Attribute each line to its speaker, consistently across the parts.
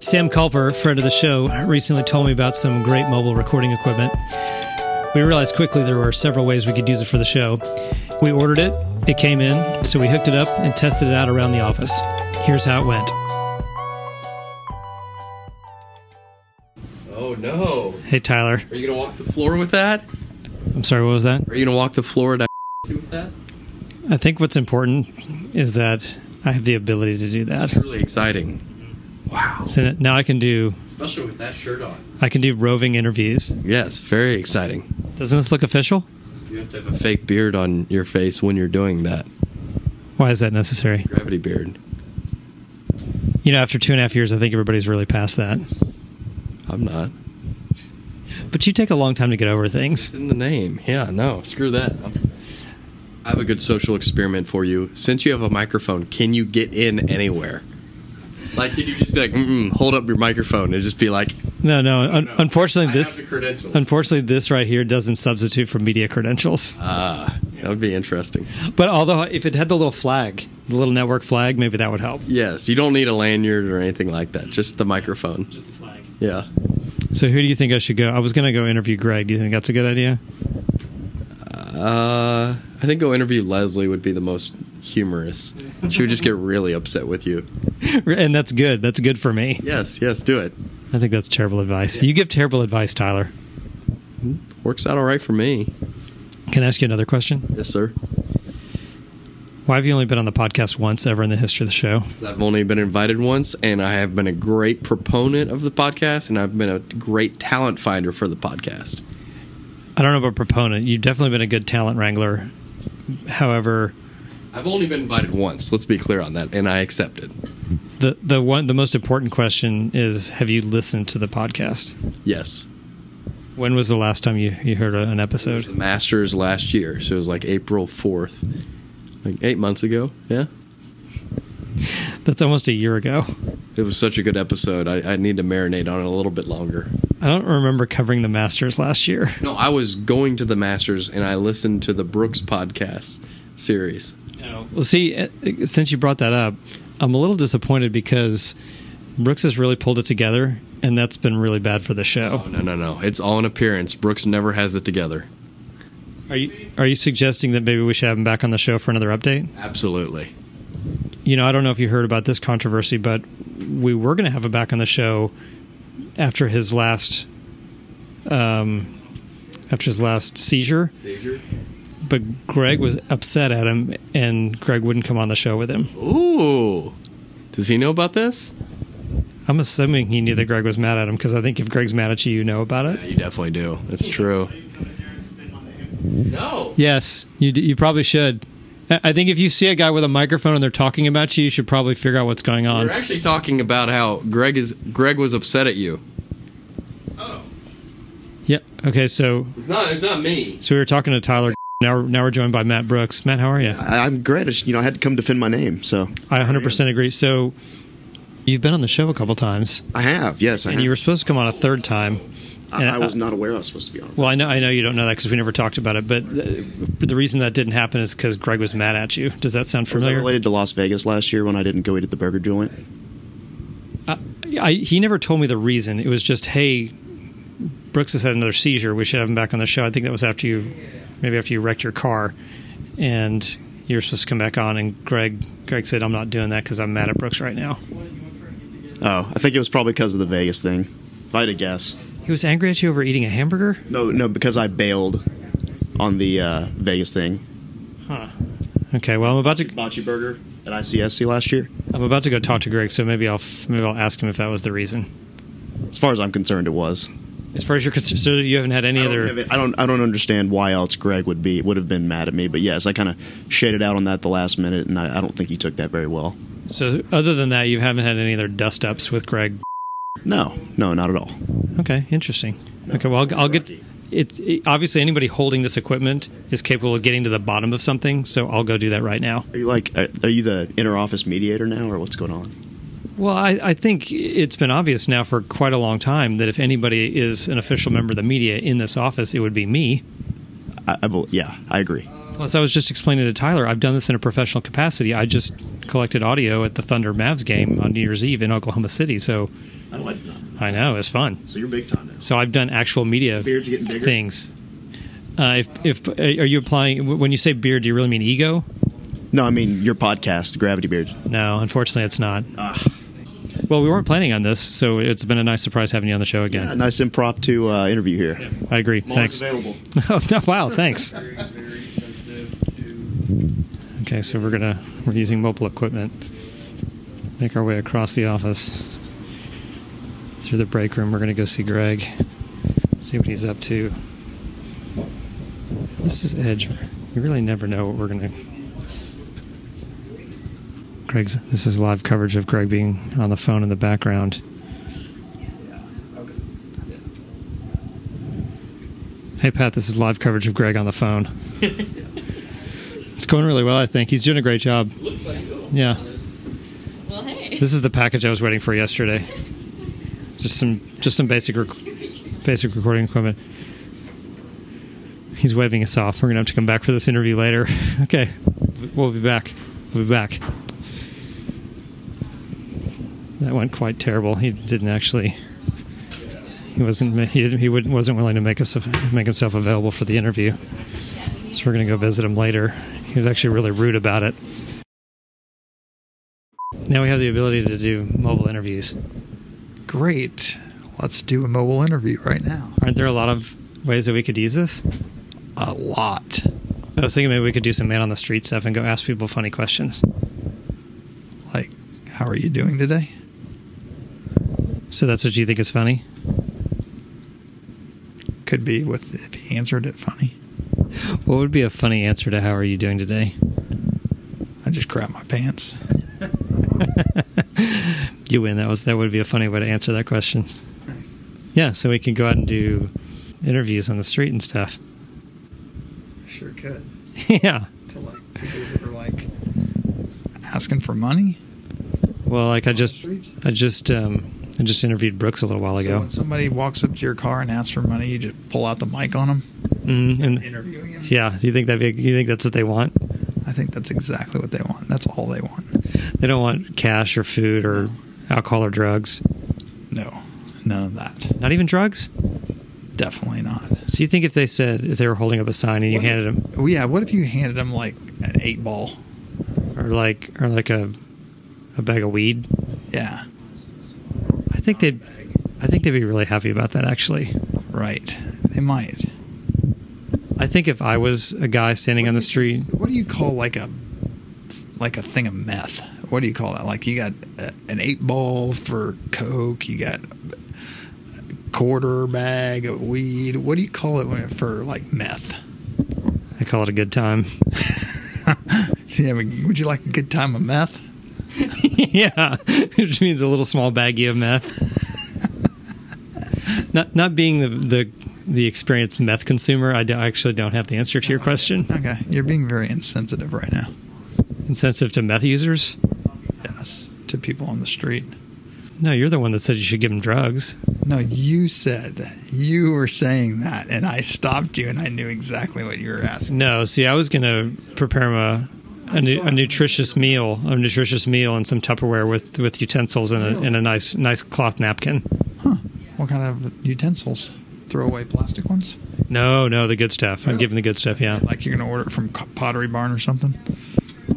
Speaker 1: Sam Culper, friend of the show, recently told me about some great mobile recording equipment. We realized quickly there were several ways we could use it for the show. We ordered it, it came in, so we hooked it up and tested it out around the office. Here's how it went.
Speaker 2: Oh no!
Speaker 1: Hey, Tyler.
Speaker 2: Are you gonna walk the floor with that?
Speaker 1: I'm sorry, what was that?
Speaker 2: Are you gonna walk the floor at with that?
Speaker 1: I think what's important is that I have the ability to do that.
Speaker 2: That's really exciting. Wow!
Speaker 1: So now I can do
Speaker 2: Especially with that shirt on.
Speaker 1: I can do roving interviews.
Speaker 2: Yes, very exciting.
Speaker 1: Doesn't this look official?
Speaker 2: You have to have a fake beard on your face when you're doing that.
Speaker 1: Why is that necessary?
Speaker 2: Gravity beard.
Speaker 1: You know, after two and a half years, I think everybody's really past that.
Speaker 2: I'm not.
Speaker 1: But you take a long time to get over things.
Speaker 2: It's in the name. Yeah, no, screw that. I'm- I have a good social experiment for you. Since you have a microphone, can you get in anywhere? Like, can you just be like, mm hold up your microphone and just be like,
Speaker 1: No, no. Un-
Speaker 2: no,
Speaker 1: unfortunately,
Speaker 2: I
Speaker 1: this
Speaker 2: have the credentials.
Speaker 1: unfortunately this right here doesn't substitute for media credentials.
Speaker 2: ah, that would be interesting.
Speaker 1: But although if it had the little flag, the little network flag, maybe that would help.
Speaker 2: Yes, you don't need a lanyard or anything like that. Just the microphone.
Speaker 1: Just the flag.
Speaker 2: Yeah.
Speaker 1: So who do you think I should go? I was going to go interview Greg. Do you think that's a good idea?
Speaker 2: Uh, I think go interview Leslie would be the most humorous. She would just get really upset with you.
Speaker 1: and that's good. That's good for me.
Speaker 2: Yes, yes, do it.
Speaker 1: I think that's terrible advice. You give terrible advice, Tyler.
Speaker 2: Works out all right for me.
Speaker 1: Can I ask you another question?
Speaker 2: Yes, sir.
Speaker 1: Why have you only been on the podcast once ever in the history of the show?
Speaker 2: I've only been invited once, and I have been a great proponent of the podcast, and I've been a great talent finder for the podcast.
Speaker 1: I don't know about proponent. You've definitely been a good talent wrangler. However,
Speaker 2: I've only been invited once. Let's be clear on that, and I accepted.
Speaker 1: the the one the most important question is: Have you listened to the podcast?
Speaker 2: Yes,
Speaker 1: When was the last time you you heard a, an
Speaker 2: it was the
Speaker 1: episode?
Speaker 2: Masters last year, so it was like April fourth, like eight months ago. Yeah,
Speaker 1: That's almost a year ago.
Speaker 2: it was such a good episode. I, I need to marinate on it a little bit longer.
Speaker 1: I don't remember covering the Masters last year.
Speaker 2: No, I was going to the Masters, and I listened to the Brooks podcast series.
Speaker 1: Well, see, eh, eh, since you brought that up, I'm a little disappointed because Brooks has really pulled it together, and that's been really bad for the
Speaker 2: Oh
Speaker 1: show.
Speaker 2: no, no, no! It's all an appearance. Brooks never has it together.
Speaker 1: Are you are you suggesting that maybe we should have him back on the show for another update?
Speaker 2: Absolutely.
Speaker 1: You know, I don't know if you heard about this controversy, but we were going to have him back on the show after his last um, after his last seizure,
Speaker 2: Seizure.
Speaker 1: but Greg was upset at him, and Greg wouldn't come on the show with him.
Speaker 2: Ooh. Does he know about this?
Speaker 1: I'm assuming he knew that Greg was mad at him because I think if Greg's mad at you, you know about it.
Speaker 2: you definitely do. That's true. No.
Speaker 1: Yes, you d- you probably should. I I think if you see a guy with a microphone and they're talking about you, you should probably figure out what's going
Speaker 2: We're
Speaker 1: on.
Speaker 2: actually talking about how Greg is Greg was upset at you.
Speaker 1: Yeah. Okay. So
Speaker 2: It's not it's not me.
Speaker 1: so we were talking to Tyler. Now we're, now we're joined by Matt Brooks. Matt, how are you?
Speaker 3: I- I'm great. I just, you know, I had to come defend my name, so
Speaker 1: I 100% agree. So you've been on the show a couple times,
Speaker 3: I have. Yes, I
Speaker 1: and
Speaker 3: have.
Speaker 1: you were supposed to come on a third time.
Speaker 3: I,
Speaker 1: and
Speaker 3: I was not aware I was supposed to be on.
Speaker 1: Well, I know I know you don't know that because we never talked about it. But the, the reason that didn't happen is because Greg was mad at you. Does that sound
Speaker 3: Was that
Speaker 1: familiar?
Speaker 3: related to Las Vegas last year when I didn't go eat at the burger joint?
Speaker 1: I, he never told me the reason. It was just, hey, Brooks has had another seizure. We should have him back on the show. I think that was after you, maybe after you wrecked your car, and you were supposed to come back on. And Greg, Greg said, I'm not doing that because I'm mad at Brooks right now.
Speaker 3: Oh, I think it was probably because of the Vegas thing. If I had to guess,
Speaker 1: He was angry at you over eating a hamburger.
Speaker 3: no, no, because I bailed on the uh, Vegas thing,
Speaker 1: Okay, well, I'm about to
Speaker 3: Bocce Burger at ICSC last year.
Speaker 1: I'm about to go talk to Greg, so maybe I'll f- maybe I'll ask him if that was the reason.
Speaker 3: As far as I'm concerned, it was.
Speaker 1: As far as you're concerned, so you haven't had any
Speaker 3: I don't,
Speaker 1: other.
Speaker 3: have it- I don't. I don't understand why else Greg would be would have been mad at me. But yes, I kind of shaded out on that the last minute, and I, I don't think he took that very well.
Speaker 1: So other than that, you haven't had any other dust ups with Greg.
Speaker 3: No, no, not at all.
Speaker 1: Okay, interesting. Okay, well, I'll, I'll get.
Speaker 3: Rocky.
Speaker 1: It's it, obviously anybody holding this equipment is capable of getting to the bottom of something, so I'll go do that right now.
Speaker 3: Are you like? Are, are you the inner office mediator now, or what's going on?
Speaker 1: Well, I, I think it's been obvious now for quite a long time that if anybody is an official member of the media in this office, it would be me.
Speaker 3: I, I bel yeah, I agree.
Speaker 1: Plus, I was just explaining to Tyler, I've done this in a professional capacity. I just collected audio at the Thunder Mavs game on New Year's Eve in Oklahoma City. So
Speaker 3: I like that.
Speaker 1: I know it's fun.
Speaker 3: So you're big time now.
Speaker 1: So I've done actual media
Speaker 3: Beard's getting bigger?
Speaker 1: things. Uh, if, if are you applying when you say beard, do you really mean ego?
Speaker 3: No, I mean your podcast, the Gravity Beard. Ah,
Speaker 1: No, unfortunately, it's not. Well, we weren't planning on this, so it's been a nice surprise having you on the show
Speaker 3: Yeah,
Speaker 1: again.
Speaker 3: nice impromptu uh, interview here.
Speaker 1: I agree. Thanks.
Speaker 3: available.
Speaker 1: Oh, no, wow, thanks. Okay, so we're gonna we're using mobile equipment. Make our way across the office through the break room. We're gonna go see Greg, see what he's up to. This is Edge. We really never know what we're gonna. Greg's. This is live coverage of Greg being on the phone in the background. Hey Pat, this is live coverage of Greg on the phone. it's going really well, I think. He's doing a great job. Looks like Yeah.
Speaker 4: Well, hey.
Speaker 1: This is the package I was waiting for yesterday. Just some just some basic rec- basic recording equipment. He's waving us off. We're gonna have to come back for this interview later. okay, we'll be back. We'll be back. That went quite terrible. He didn't actually. He wasn't. ma- He didn't- he wouldn't- wasn't willing to make us make himself available for the interview. So we're gonna go visit him later. He was actually really rude about it. Now we have the ability to do mobile interviews.
Speaker 5: Great. Let's do a mobile interview right now.
Speaker 1: Aren't there a lot of ways that we could use this?
Speaker 5: A lot.
Speaker 1: I was thinking maybe we could do some man on the street stuff and go ask people funny questions.
Speaker 5: Like, how are you doing today?
Speaker 1: So that's what you think is funny?
Speaker 5: Could be with if he answered it funny.
Speaker 1: What would be a funny answer to how are you doing today?
Speaker 5: I just crap my pants.
Speaker 1: you win. That was that would be a funny way to answer that question. Yeah, so we can go out and do interviews on the street and stuff.
Speaker 5: Sure could.
Speaker 1: yeah.
Speaker 5: To like people who are like asking for money.
Speaker 1: Well, like I
Speaker 5: the
Speaker 1: just
Speaker 5: streets?
Speaker 1: I just um I just interviewed Brooks a little while
Speaker 5: So
Speaker 1: ago.
Speaker 5: when somebody walks up to your car and asks for money, you just pull out the mic on them.
Speaker 1: Mm, and,
Speaker 5: Interviewing him.
Speaker 1: yeah, do you think that you think that's what they want?
Speaker 5: I think that's exactly what they want. That's all they want.
Speaker 1: They don't want cash or food or alcohol or drugs.
Speaker 5: No, none of that.
Speaker 1: Not even drugs?
Speaker 5: Definitely not.
Speaker 1: So you think if they said if they were holding up a sign and you handed them
Speaker 5: Well, yeah. What if you handed them like an eight ball?
Speaker 1: or like or like a a bag of weed,
Speaker 5: Yeah.
Speaker 1: I think they'd I think they'd be really happy about that actually.
Speaker 5: Right. They might.
Speaker 1: I think if I was a guy standing on the street,
Speaker 5: What do you call like a like a thing of meth? What do you call that? Like you got a, an eight ball for coke. You got a quarter bag of weed. What do you call it when it, for like meth?
Speaker 1: I call it a good time.
Speaker 5: yeah. I mean, would you like a good time of meth?
Speaker 1: yeah, which means a little small baggie of meth. not not being the the the experienced meth consumer, I, do- I actually don't have the answer to your question.
Speaker 5: Okay. You're being very insensitive right now.
Speaker 1: Insensitive to meth users?
Speaker 5: Yes. To people on the street.
Speaker 1: No, you're the one that said you should give them drugs.
Speaker 5: No, you said you were saying that, and I stopped you, and I knew exactly what you were asking.
Speaker 1: No, see, I was gonna prepare him a a, nu- a nutritious meal, a nutritious meal, and some Tupperware with with utensils and a, and a nice nice cloth napkin.
Speaker 5: What kind of utensils? Throwaway plastic ones?
Speaker 1: No, no, the good stuff. I'm giving the good stuff. Yeah,
Speaker 5: Like you're gonna order it from Co- Pottery Barn or something?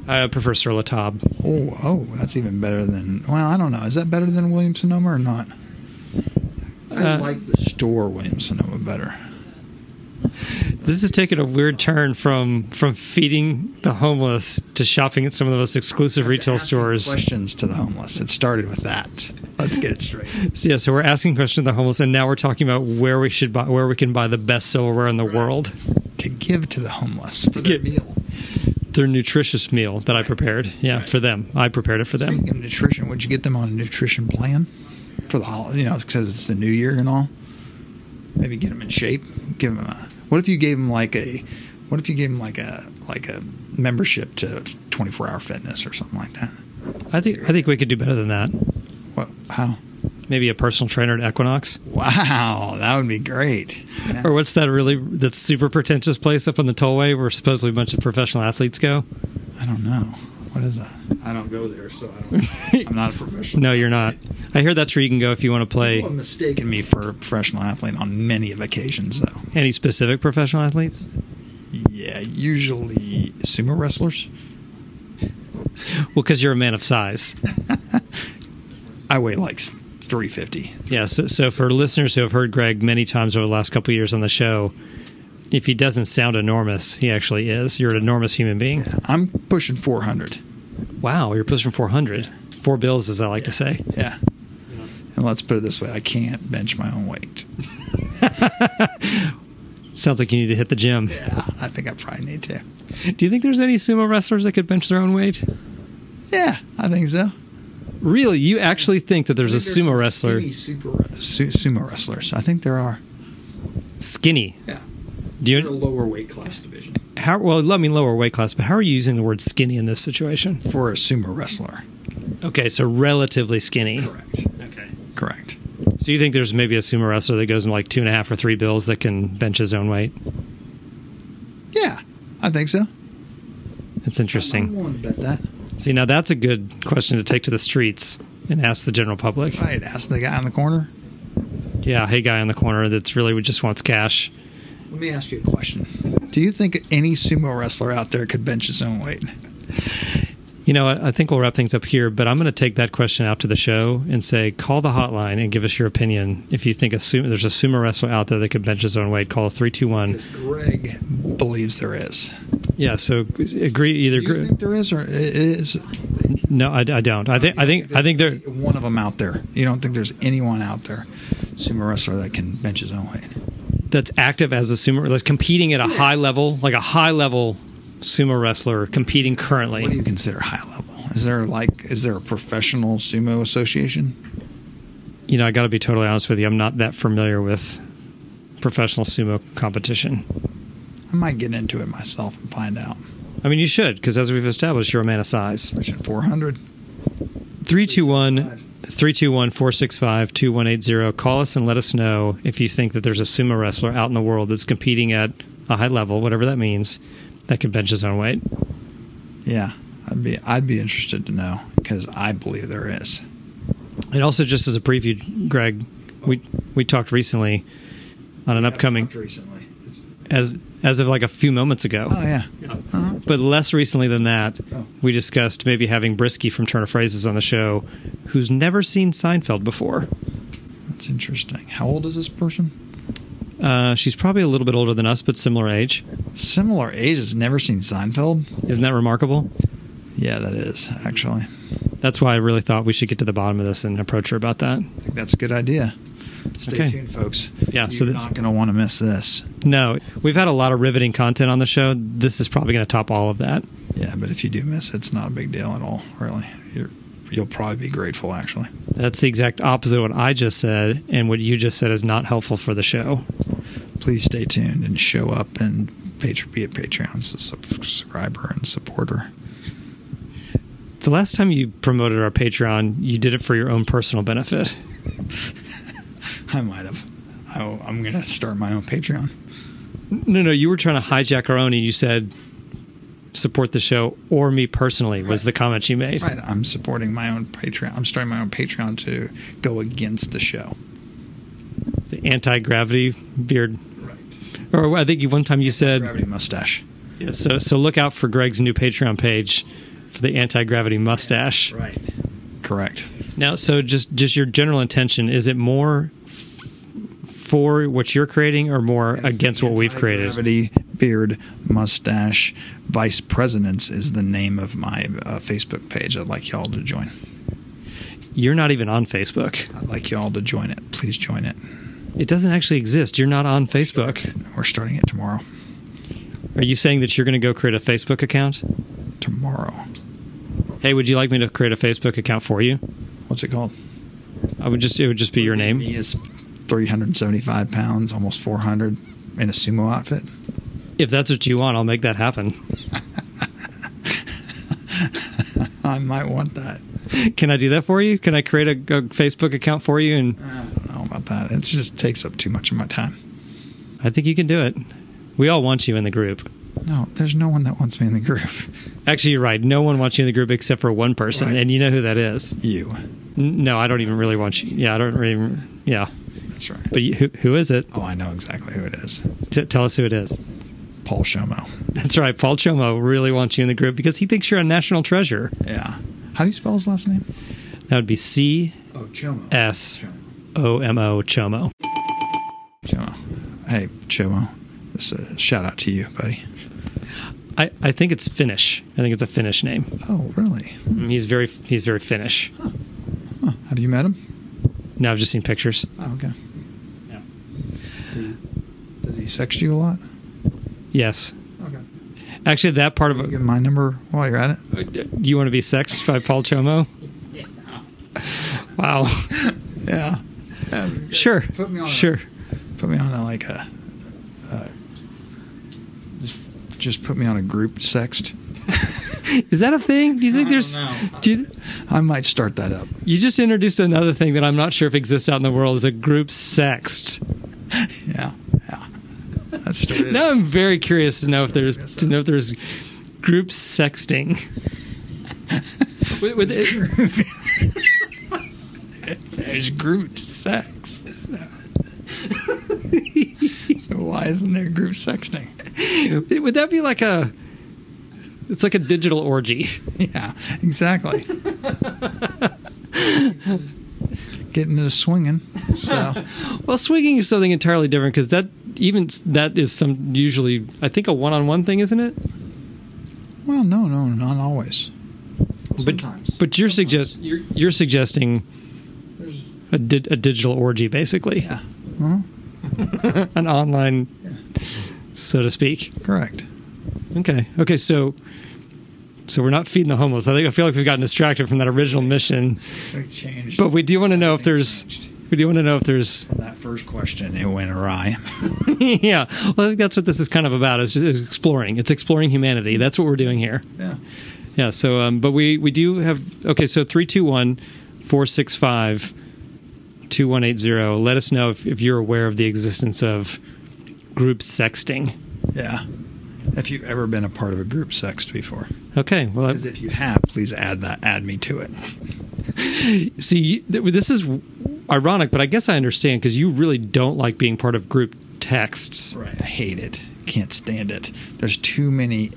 Speaker 1: I uh, prefer Sur La Table.
Speaker 5: Oh, oh, that's even better than. Well, I don't know. Is that better than Williams Sonoma or not? I
Speaker 1: Uh,
Speaker 5: like the store Williams Sonoma better.
Speaker 1: This is taking a weird turn from from feeding the homeless to shopping at some of the most exclusive retail stores.
Speaker 5: Questions to the homeless. It started with that. Let's get it straight.
Speaker 1: So, yeah, so we're asking questions to the homeless, and now we're talking about where we should buy, where we can buy the best silverware in the world.
Speaker 5: To give to the homeless for their
Speaker 1: give-
Speaker 5: meal.
Speaker 1: Their nutritious meal that I prepared. Yeah, for them. I prepared it for them.
Speaker 5: Speaking of nutrition, would you get them on a nutrition plan for the holiday? You know, because it's the new year and all. Maybe get them in shape. Give them a. What if you gave them like a? What if you gave them like a like a membership to 24 Hour Fitness or something like that?
Speaker 1: I think I think we could do better than that.
Speaker 5: What? How?
Speaker 1: maybe a personal trainer at Equinox.
Speaker 5: Wow, that would be great. Yeah.
Speaker 1: Or what's that really that super pretentious place up on the tollway where supposedly a bunch of professional athletes go?
Speaker 5: I don't know. What is that? I don't go there, so I don't. I'm not a professional.
Speaker 1: No, you're not. I hear that's where you can go if you want to play
Speaker 5: People have mistaken me for a professional athlete on many of occasions, though.
Speaker 1: any specific professional athletes.
Speaker 5: Yeah, usually sumo wrestlers.
Speaker 1: Well, because you're a man of size.
Speaker 5: I weigh like 350.
Speaker 1: Yeah, so, so for listeners who have heard Greg many times over the last couple of years on the show, if he doesn't sound enormous, he actually is. You're an enormous human being.
Speaker 5: I'm pushing 400.
Speaker 1: Wow, you're pushing 400. Four bills, as I like to say.
Speaker 5: Yeah. And let's put it this way: I can't bench my own weight.
Speaker 1: Sounds like you need to hit the gym.
Speaker 5: Yeah, I think I probably need to.
Speaker 1: Do you think there's any sumo wrestlers that could bench their own weight?
Speaker 5: Yeah, I think so.
Speaker 1: Really? You actually think that there's a sumo wrestler
Speaker 5: Su- sumo wrestlers. I think there are.
Speaker 1: skinny?
Speaker 5: Yeah,
Speaker 1: Do you
Speaker 5: lower weight class division
Speaker 1: how well let me lower weight class, but how are you using the word skinny in this situation?
Speaker 5: for a sumo wrestler.
Speaker 1: Okay, so relatively skinny.
Speaker 5: Correct.
Speaker 1: Okay.
Speaker 5: Correct.
Speaker 1: So you think there's maybe a sumo wrestler that goes in like two and a half or three bills that can bench his own weight?
Speaker 5: Yeah, I think so.
Speaker 1: That's interesting.
Speaker 5: I want to bet that.
Speaker 1: See, now that's a good question to take to the streets and ask the general public.
Speaker 5: Right. Ask the guy in the corner.
Speaker 1: Yeah, hey, guy in the corner that's really just wants cash.
Speaker 5: Let me ask you a question. Do you think any sumo wrestler out there could bench his own weight?
Speaker 1: You know, I I think we'll wrap things up here, but I'm going to take that question out to the show and say, call the hotline and give us your opinion. If you think a sumo, there's a sumo wrestler out there that could bench his own weight, call 321.
Speaker 5: Greg believes there is.
Speaker 1: Yeah, so agree either.
Speaker 5: Do you
Speaker 1: Gr-
Speaker 5: think there is, or it is?
Speaker 1: no, I, I don't. I think I think I think there.
Speaker 5: one of them out there. You don't think there's anyone out there, sumo wrestler that can bench his own weight?
Speaker 1: that's active as a sumo, that's competing at a high level, like a high level sumo wrestler competing currently.
Speaker 5: What do you consider high level? Is there like is there a professional sumo association?
Speaker 1: you know, I got to be totally honest with you. I'm not that familiar with professional sumo competition.
Speaker 5: I might get into it myself and find out.
Speaker 1: I mean, you should, because as we've established, you're a man of size.
Speaker 5: Pushing 400.
Speaker 1: 321 321 465 2180. Call us and let us know if you think that there's a sumo wrestler out in the world that's competing at a high level, whatever that means, that can bench his own weight.
Speaker 5: Yeah, I'd be I'd be interested to know because I believe there is.
Speaker 1: And also, just as a preview, Greg, we, we talked recently on an upcoming,
Speaker 5: recently.
Speaker 1: as, as of like a few moments ago.
Speaker 5: Oh yeah. Uh-huh.
Speaker 1: But less recently than that,
Speaker 5: Oh.
Speaker 1: we discussed maybe having Brisky from Turner Phrases on the show, who's never seen Seinfeld before.
Speaker 5: That's interesting. How old is this person?
Speaker 1: Uh, she's probably a little bit older than us, but similar age.
Speaker 5: Similar age has never seen Seinfeld.
Speaker 1: Isn't that remarkable?
Speaker 5: Yeah, that is actually.
Speaker 1: That's why I really thought we should get to the bottom of this and approach her about that.
Speaker 5: I think that's a good idea. Stay
Speaker 1: Okay.
Speaker 5: tuned, folks.
Speaker 1: Yeah,
Speaker 5: You're
Speaker 1: so that's-
Speaker 5: not going to want to miss this.
Speaker 1: No, we've had a lot of riveting content on the show. This is probably going to top all of that.
Speaker 5: Yeah, but if you do miss it, it's not a big deal at all, really. You're, you'll probably be grateful, actually.
Speaker 1: That's the exact opposite of what I just said, and what you just said is not helpful for the show.
Speaker 5: Please stay tuned and show up and patr- be a Patreon su- subscriber and supporter.
Speaker 1: The last time you promoted our Patreon, you did it for your own personal benefit.
Speaker 5: I might have. I, am going to start my own Patreon.
Speaker 1: No, no, you were trying to hijack our own, and you said support the show or me personally was the comment you made.
Speaker 5: Right. I'm supporting my own Patreon. I'm starting my own Patreon to go against the show.
Speaker 1: The anti gravity beard, or I think you one time you said
Speaker 5: Gravity mustache.
Speaker 1: yeah, so. So look out for Greg's new Patreon page for the anti gravity mustache.
Speaker 5: Right. Correct.
Speaker 1: Now, so just just your general intention is it more f- for what you're creating or more against what we've created?
Speaker 5: Gravity Beard Mustache Vice Presidents is the name of my uh, Facebook page. I'd like y'all to join.
Speaker 1: You're not even on Facebook.
Speaker 5: I'd like y'all to join it. Please join it.
Speaker 1: It doesn't actually exist. You're not on Facebook.
Speaker 5: We're starting it tomorrow.
Speaker 1: Are you saying that you're going to go create a Facebook account?
Speaker 5: Tomorrow.
Speaker 1: Hey, would you like me to create a Facebook account for you?
Speaker 5: What's it called?
Speaker 1: I would just it would just be your name.
Speaker 5: Me is 375 pounds, almost 400, in a sumo outfit.
Speaker 1: If that's what you want, I'll make that happen.
Speaker 5: I might want that.
Speaker 1: Can I do that for you? Can I create a, a Facebook account for you? And
Speaker 5: I don't know about that. It just takes up too much of my time.
Speaker 1: I think you can do it. We all want you in the group.
Speaker 5: No, there's no one that wants me in the group.
Speaker 1: Actually, you're right. No one wants you in the group except for one person,
Speaker 5: Right.
Speaker 1: and you know who that is.
Speaker 5: You.
Speaker 1: N- No, I don't even really want you. Yeah, I don't really. Yeah,
Speaker 5: That's right.
Speaker 1: but you, who, who is it?
Speaker 5: Oh, I know exactly who it is.
Speaker 1: T- tell us who it is.
Speaker 5: Paul Shomo.
Speaker 1: That's right. Paul Chomo really wants you in the group because he thinks you're a national treasure.
Speaker 5: Yeah. How do you spell his last name?
Speaker 1: That would be C
Speaker 5: Oh, Chomo.
Speaker 1: S O M O Chomo.
Speaker 5: Chomo. Hey, Chomo. This is a shout out to you, buddy.
Speaker 1: I, I think it's Finnish. I think it's a Finnish name.
Speaker 5: Oh, really?
Speaker 1: He's very he's very Finnish.
Speaker 5: Huh. Have you met him?
Speaker 1: Now I've just seen pictures.
Speaker 5: Oh, okay.
Speaker 1: Yeah.
Speaker 5: Does he sext you a lot?
Speaker 1: Yes.
Speaker 5: Okay.
Speaker 1: Actually, that part of
Speaker 5: You give my number while you're at it?
Speaker 1: Do you want to be sexed by Paul Chomo? Wow.
Speaker 5: Yeah. Yeah.
Speaker 1: Sure.
Speaker 5: Put me on.
Speaker 1: Sure.
Speaker 5: Put me on a, like a. Uh, just, just put me on a group sext.
Speaker 1: Is that a thing? Do you think
Speaker 5: I don't
Speaker 1: there's?
Speaker 5: know.
Speaker 1: Do you,
Speaker 5: I might start that up.
Speaker 1: you just introduced another thing that I'm not sure if exists out in the world is a group sext.
Speaker 5: Yeah. Yeah. That's started.
Speaker 1: Now I'm very curious to know if there's to know if there's group sexting. With- with it-
Speaker 5: There's group sex. So. so why isn't there group sexting?
Speaker 1: would that be like a? It's like a digital orgy.
Speaker 5: Yeah, exactly. Getting into swinging. So
Speaker 1: Well, swinging is something entirely different because that even s- that is some usually I think a one-on-one thing, isn't it?
Speaker 5: well, no, no, not always.
Speaker 1: But-
Speaker 5: Sometimes.
Speaker 1: But you're suggest you're, you're suggesting
Speaker 5: There's-
Speaker 1: a, di- a digital orgy, basically,
Speaker 5: yeah. Huh?
Speaker 1: an online, so to speak.
Speaker 5: Correct.
Speaker 1: Okay, okay, so so we're not feeding the homeless. I think I feel like we've gotten distracted from that original mission,
Speaker 5: We changed.
Speaker 1: but we do want to know if there's we do want to know if there's
Speaker 5: that first question, it went awry.
Speaker 1: yeah. Well, I think that's what this is kind of about. Is, is exploring. It's exploring humanity. That's what we're doing here.
Speaker 5: Yeah.
Speaker 1: Yeah. So, um, but we we do have okay. So three two one four six five two one eight zero. Let us know if, if you're aware of the existence of group sexting.
Speaker 5: Yeah. If you've ever been a part of a group sext before,
Speaker 1: Okay. Well, I-
Speaker 5: because if you have, please add that. Add me to it.
Speaker 1: see, you- th- this is ironic, but I guess I understand because you really don't like being part of group texts.
Speaker 5: Right. I hate it. Can't stand it. There's too many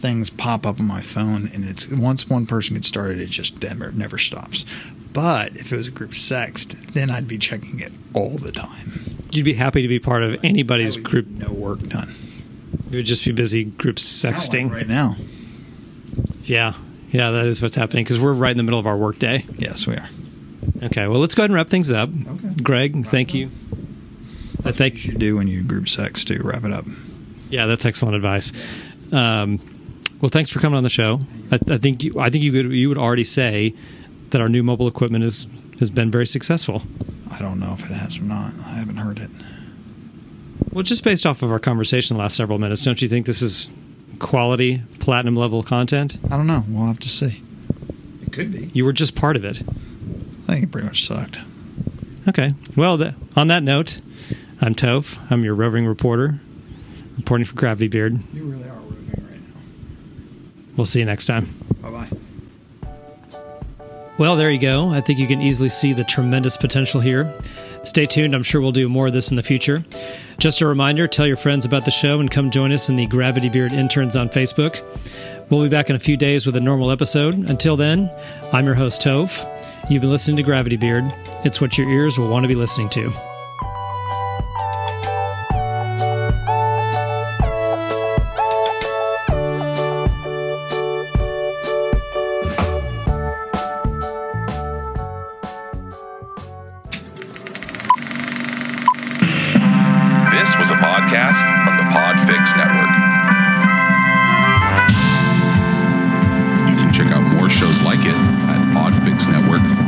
Speaker 5: things pop up on my phone, and it's once one person gets started, it just never never stops. But if it was a group sext, then I'd be checking it all the time.
Speaker 1: You'd be happy to be part of anybody's
Speaker 5: I would
Speaker 1: group.
Speaker 5: get no work done.
Speaker 1: You would just be busy group
Speaker 5: I
Speaker 1: sexting.
Speaker 5: want right now.
Speaker 1: Yeah. Yeah, that is what's happening because we're right in the middle of our workday.
Speaker 5: Yes, we are.
Speaker 1: Okay, well, let's go ahead and wrap things up.
Speaker 5: Okay.
Speaker 1: Greg, thank you. I
Speaker 5: You
Speaker 1: think,
Speaker 5: should do when you group sext too. Wrap it up.
Speaker 1: yeah, that's excellent advice. Um, well, thanks for coming on the show. I, I think you, I think you could, you would already say that our new mobile equipment is has been very successful.
Speaker 5: I don't know if it has or not. I haven't heard it.
Speaker 1: Well, just based off of our conversation the last several minutes, don't you think this is quality platinum level content?
Speaker 5: I don't know. We'll have to see. It could be.
Speaker 1: You were just part of it.
Speaker 5: I think it pretty much sucked.
Speaker 1: Okay. Well, th- on that note, I'm Toph. I'm your roving reporter, reporting for Gravity Beard.
Speaker 5: You really are roving right now.
Speaker 1: We'll see you next time.
Speaker 5: Bye bye.
Speaker 1: Well, there you go. I think you can easily see the tremendous potential here. Stay tuned. I'm sure we'll do more of this in the future. Just a reminder tell your friends about the show and come join us in the Gravity Beard Interns on Facebook. We'll be back in a few days with a normal episode. Until then, I'm your host, Tove. You've been listening to Gravity Beard, it's what your ears will want to be listening to.
Speaker 6: This was a podcast from the Podfix Network. You can check out more shows like it at podfixnetwork.com.